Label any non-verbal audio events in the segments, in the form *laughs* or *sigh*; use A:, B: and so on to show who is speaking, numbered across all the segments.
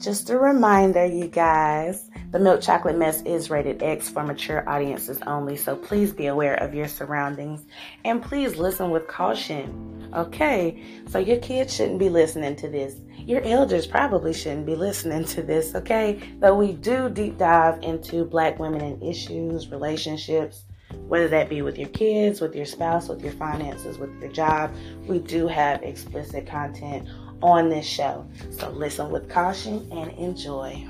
A: Just a reminder, you guys, the milk chocolate mess is rated X for mature audiences only, so please be aware of your surroundings and please listen with caution. Okay, so your kids shouldn't be listening to this. Your elders probably shouldn't be listening to this, okay? Though we do deep dive into black women and issues, relationships, whether that be with your kids, with your spouse, with your finances, with your job, we do have explicit content on this show. So listen with caution and enjoy.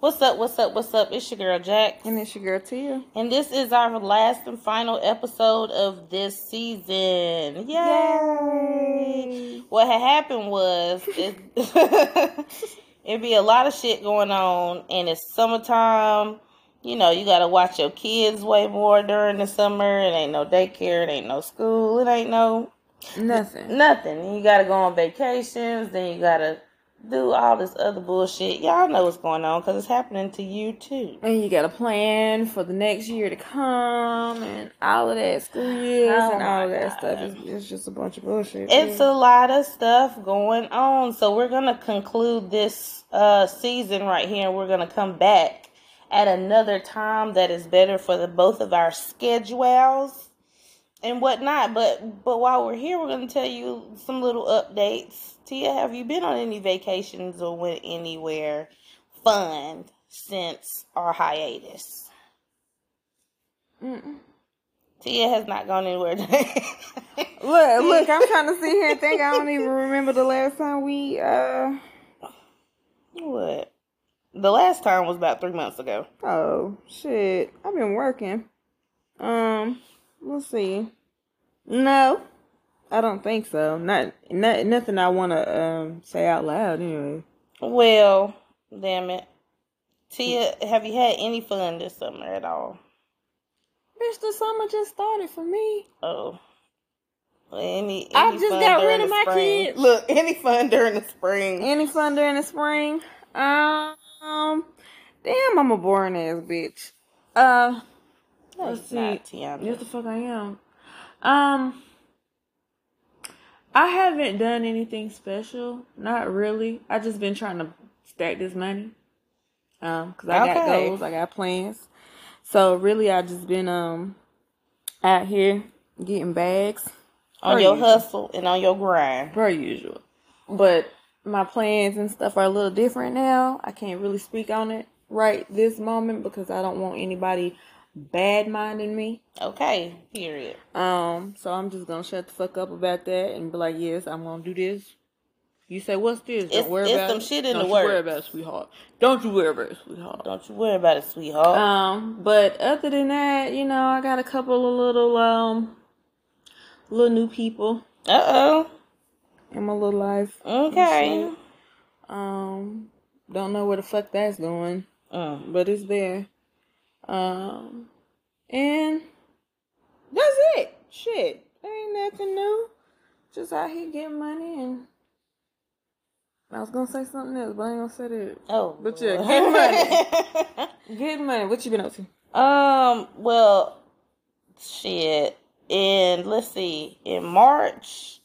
A: What's up, what's up, what's up? It's your girl Jack.
B: And it's your girl Tia.
A: And this is our last and final episode of this season. Yay!
B: Yay.
A: What had happened
B: *laughs*
A: was *laughs* *laughs* Oh it, it'd be a lot of shit going on, and it's summertime. You know, you gotta watch your kids way more during the summer. It ain't no daycare, it ain't no school, it ain't no
B: Nothing.
A: nothing. And you gotta go on vacations, then you gotta do all this other bullshit. Y'all know what's going on because it's happening to you too.
B: And you got a plan for the next year to come and all of that school years
A: Oh
B: and all of
A: my
B: that
A: God.
B: stuff. It's, it's just a bunch of bullshit.
A: It's a lot of stuff going on. So we're gonna conclude this uh season right here and we're gonna come back at another time that is better for the both of our schedules and whatnot. But but while we're here we're gonna tell you some little updates. Tia, have you been on any vacations or went anywhere fun since our hiatus?
B: Mm-mm.
A: Tia has not gone anywhere. *laughs*
B: Look, look, I'm trying to sit here and think. I don't even remember the last time we, uh,
A: what? The last time was about three months ago.
B: oh, shit. I've been working. Um, let's see. No, I don't think so. Not, not nothing I want to, um, say out loud anyway.
A: Well, damn it. Tia, have you had any fun this summer at all?
B: Bitch, the summer just started for me.
A: Oh. Any, any
B: I just
A: fun
B: got rid
A: during
B: of
A: the
B: my
A: spring?
B: kids.
A: Look, any fun during the spring.
B: Any fun during the spring? Um, damn, I'm a boring ass bitch. Uh,
A: No,
B: Let's
A: it's not,
B: yes,
A: Tiana.
B: the fuck I am. Um, I haven't done anything special. Not really. I just been trying to stack this money. Um, cause I got
A: Okay.
B: goals, I got plans. So really, I just been um out here getting bags.
A: On
B: Are
A: your
B: you?
A: hustle and on your grind.
B: per usual. But my plans and stuff are a little different now. I can't really speak on it right this moment because I don't want anybody bad minding me.
A: Okay, period.
B: Um, so I'm just gonna shut the fuck up about that and be like, yes, I'm gonna do this. You say, what's this? Don't
A: It's-
B: worry
A: it's
B: about
A: some
B: it.
A: shit in
B: don't
A: the
B: you worry
A: works.
B: about it, sweetheart. Don't you worry about it, sweetheart.
A: Don't you worry about it, sweetheart.
B: Um, but other than that, you know, I got a couple of little um, little new people
A: Uh
B: in my little life.
A: oh. Okay.
B: shit. Um, don't know where the fuck that's going,
A: Mm.
B: but it's there. Um, and that's it. Shit, ain't nothing new. Just out here getting money and. I was gonna say something else, but I ain't gonna say that.
A: Oh.
B: But yeah,
A: Lord. *laughs*
B: get Getting money. What you been up to?
A: Um, well, shit. And let's see, in March,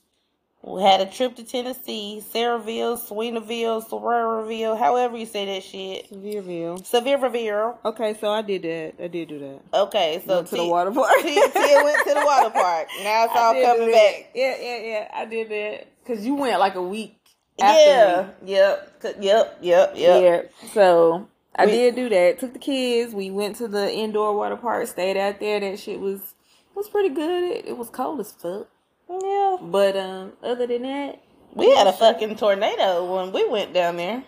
A: we had a trip to Tennessee, Saraville, Sweenaville, Sororville, however you say that shit.
B: Sevierville.
A: Sevierville.
B: Okay, so I did that. I did do that.
A: Okay, so
B: Went to the
A: T-
B: water park.
A: *laughs* T- Tia went to the
B: *laughs*
A: water park. Now it's all
B: I did
A: coming
B: do
A: back.
B: that. Yeah, yeah, yeah. I did that because you went like a week. After
A: Yeah.
B: me.
A: Yep. c- Yep. Yep. Yep.
B: Yeah. So I
A: We-
B: did do that. Took the kids. We went to the indoor water park. Stayed out there. That shit was was pretty good. It, it was cold as fuck.
A: Yeah.
B: But um, other than that,
A: We had a fucking tornado when we went down there.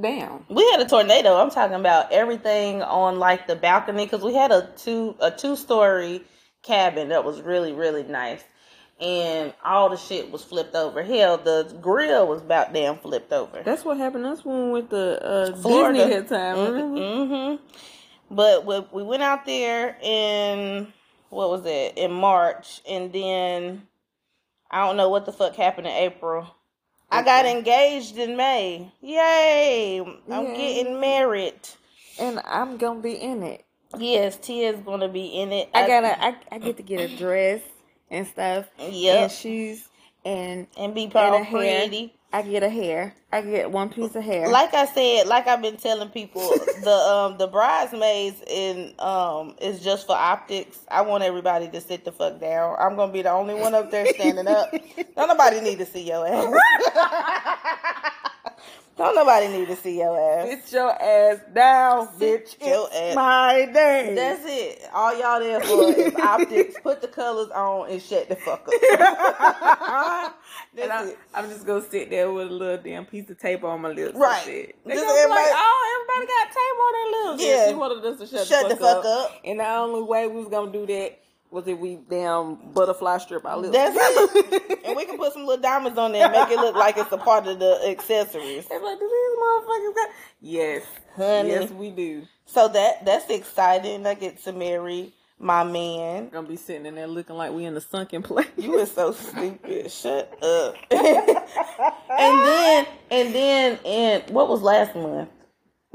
B: damn.
A: We had a tornado. I'm talking about everything on like the balcony because we had a two a two story cabin that was really really nice, and all the shit was flipped over. Hell, the grill was about damn flipped over.
B: That's what happened to us when we went to uh,
A: Florida.
B: Disney that time. Mm-hmm. Remember?
A: hmm But we, we went out there in what was it in March, and then I don't know what the fuck happened in April. I got engaged in May. Yay! I'm
B: Yay.
A: getting married.
B: And I'm gonna be in it.
A: Yes, Tia's gonna be in it.
B: I gotta. I, I get to get a dress and stuff.
A: Yep.
B: And she's and
A: and be
B: And
A: all
B: a hair.
A: pretty.
B: I get a hair. I get one piece of hair.
A: Like I said, like I've been telling people, the um the bridesmaids in um is just for optics. I want everybody to sit the fuck down. I'm gonna be the only one up there standing up. Don't nobody need to see your ass. Don't nobody need to see your ass.
B: Sit your ass down, bitch.
A: your
B: It's
A: ass.
B: my day.
A: That's it. All y'all there for is optics. Put the colors on and shut the fuck
B: *laughs*
A: up.
B: and
A: That's
B: I'm,
A: it.
B: I'm just gonna sit there with a little damn piece of tape on my lips. and
A: Right.
B: shit. They
A: Just
B: gonna be like,
A: everybody-
B: oh, everybody got tape on their lips.
A: Yeah.
B: She wanted us to shut,
A: Shut
B: the, fuck up. And the only way we was gonna do that was if we damn butterfly strip our lips. *laughs*
A: That's it. *laughs* and we can put some little diamonds on there and make it look like it's a part of the accessories.
B: They be like, do these motherfuckers got? Yes,
A: Honey.
B: yes, we do.
A: So that that's exciting. I get to marry my man.
B: Gonna be sitting in there looking like we in the sunken place. *laughs*
A: You is so stupid. Shut up. *laughs* and then and then in what was last month?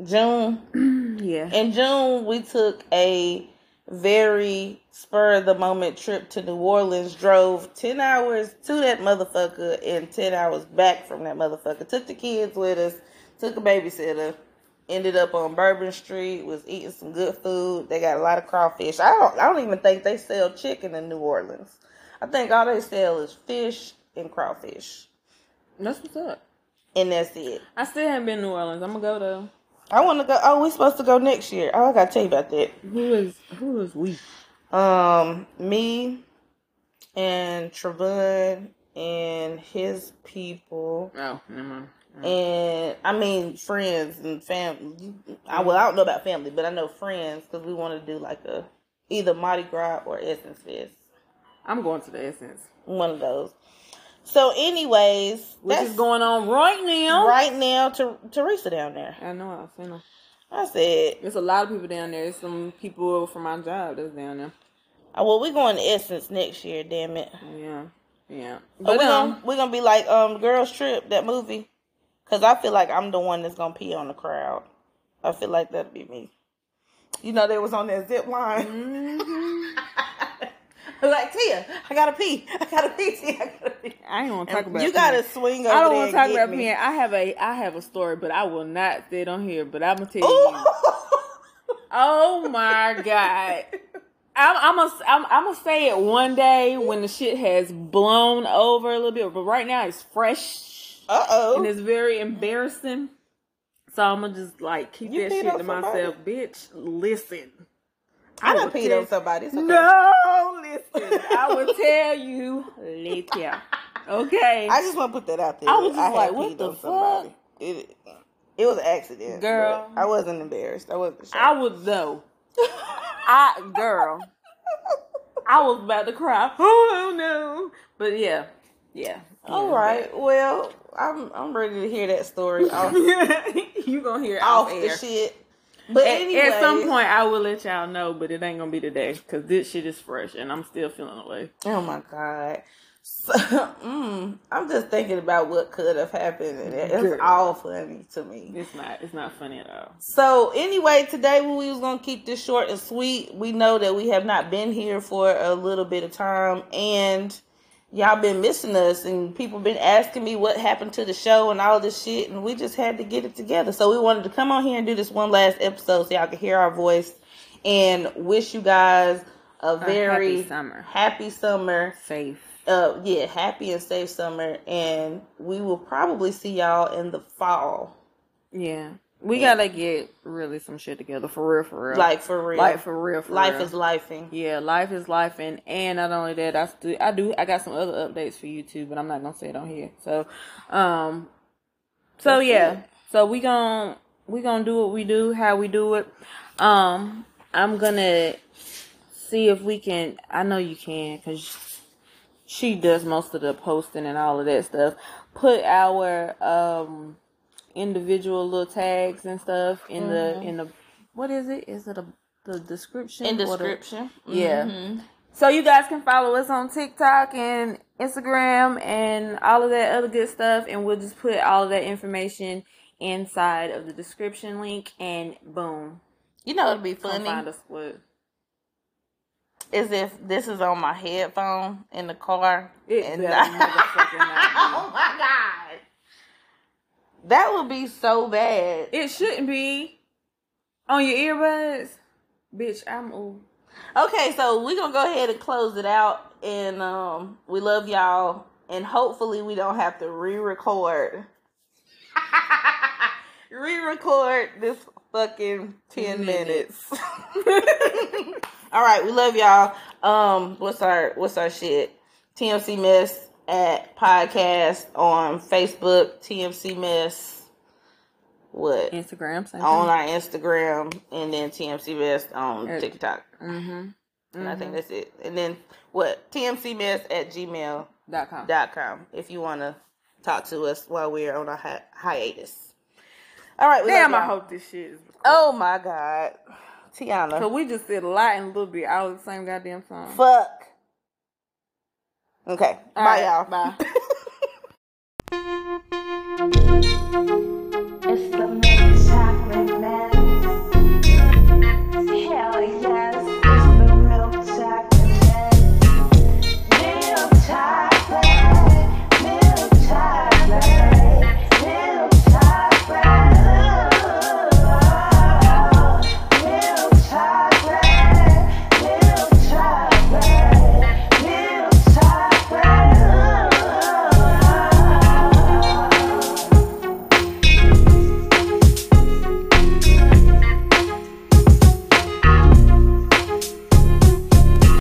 A: June.
B: yeah.
A: In June, we took a very spur of the moment trip to New Orleans. Drove 10 hours to that motherfucker and 10 hours back from that motherfucker. Took the kids with us, took a babysitter. Ended up on Bourbon Street, was eating some good food. They got a lot of crawfish. I don't I don't even think they sell chicken in New Orleans. I think all they sell is fish and crawfish.
B: That's what's up.
A: And that's it.
B: I still haven't been to New Orleans. I'm gonna go though.
A: I wanna go oh, we supposed to go next year. Oh, I gotta tell you about that.
B: Who is who is we?
A: Um, me and Trevon and his people,
B: Oh, never mind.
A: and I mean friends and family. I
B: Mm.
A: well, I don't know about family, but I know friends because we want to do like a either Mardi Gras or Essence Fest,
B: I'm going to the Essence,
A: one of those. So, anyways,
B: which
A: that's
B: is going on right now.
A: right now to Teresa down there.
B: I know. I've seen them.
A: I said,
B: There's a lot of people down there. There's some people from my job that's down there.
A: oh, "Well, we're going to Essence next year, damn it."
B: Yeah, yeah.
A: But
B: But
A: we're
B: um,
A: gonna, we gonna be like um Girls Trip, that movie. Cause I feel like I'm the one that's gonna pee on the crowd. I feel like that'd be me. You know they was on that zip line.
B: Mm-hmm.
A: *laughs* like Tia, I gotta pee. I gotta pee, *laughs* Tia, I gotta pee.
B: I ain't gonna talk about.
A: you
B: it.
A: gotta swing over
B: I don't
A: there
B: want to talk
A: and
B: about
A: get me.
B: peeing. I have a I have a story, but I will not say it on here. But I'm gonna
A: *laughs*
B: tell you.
A: Ooh.
B: Oh my god. I'm I'm gonna I'm, I'm gonna say it one day when the shit has blown over a little bit, but right now it's fresh and
A: Uh-oh.
B: it's very embarrassing. So I'm gonna just like keep
A: You
B: that
A: peed
B: shit
A: on
B: to
A: somebody?
B: myself, bitch. Listen,
A: I done
B: will
A: peed
B: tell-
A: on somebody. It's okay.
B: No, listen. I will tell you later. Okay,
A: I just want to put that out there.
B: I was just
A: had
B: like, what
A: peed
B: the
A: on somebody. It, it was an accident.
B: Girl.
A: but I wasn't embarrassed. I wasn't
B: I
A: sure.
B: would though.
A: *laughs*
B: I girl, I was about to cry. *laughs* Oh no! But yeah, yeah.
A: All right. Well, I'm I'm ready to hear that *laughs* story off,
B: *laughs* you gonna hear it
A: Oh. off
B: off
A: the
B: air.
A: shit. But
B: At,
A: anyway,
B: at some point, I will let y'all know, but it ain't gonna be today because this shit is fresh and I'm still feeling away.
A: oh my god. So, *laughs* mm, I'm just thinking about what could have happened, and it- it's
B: Girl.
A: all funny to me.
B: It's not. It's not funny at all.
A: So anyway, today when we was gonna keep this short and sweet, we know that we have not been here for a little bit of time, and y'all been missing us, and people been asking me what happened to the show and all this shit, and we just had to get it together. So we wanted to come on here and do this one last episode so y'all could hear our voice, and wish you guys a very
B: summer.
A: happy summer
B: Safe.
A: uh yeah happy and safe summer and we will probably see y'all in the fall
B: Yeah, we gotta get really some shit together for real, for real.
A: like for real
B: Oh, like for real. For
A: life
B: real.
A: is lifing
B: Yeah, life is life, and and not only that, I still I do I got some other updates for you too, but I'm not gonna say it on here. So, um, so
A: That's
B: yeah,
A: it.
B: so we gon' we gonna do what we do, how we do it. Um, I'm gonna see if we can. I know you can, cause she does most of the posting and all of that stuff. Put our um individual little tags and stuff in the in the what is it? Is it a the description
A: Mm-hmm. in
B: or the-
A: description
B: yeah.
A: Mm-hmm.
B: So you guys can follow us on TikTok and Instagram and all of that other good stuff, and we'll just put all of that information inside of the description link, and boom,
A: you know it'd be
B: come
A: funny
B: find us. What?
A: is if this is on my headphone in the car.
B: It
A: and *laughs*
B: better
A: not-
B: motherfucking not
A: oh my god. That would be so bad.
B: It shouldn't be on your earbuds. Bitch, I'm old.
A: Okay, so we're gonna go ahead and close it out and um we love y'all and hopefully we don't have to re-record *laughs* re-record this fucking 10 minutes. *laughs* All right, we love y'all. Um what's our what's our shit? TMC Mess at podcast on Facebook, TMC Mess what?
B: Instagram, same
A: on our Instagram and then TMC Mess on
B: Er,
A: TikTok.
B: Mm-hmm.
A: And I think that's it. And then what? TMCmess at gmail.com
B: Dot com.
A: if you want to talk to us while we're on a hi- hiatus. All right. We love
B: Damn, I
A: y'all.
B: hope this shit is.
A: Oh my God. Tiana.
B: So we just did a lot in a little bit, all the same goddamn song.
A: fuck. Okay. bye,
B: right,
A: y'all.
B: bye.
A: *laughs*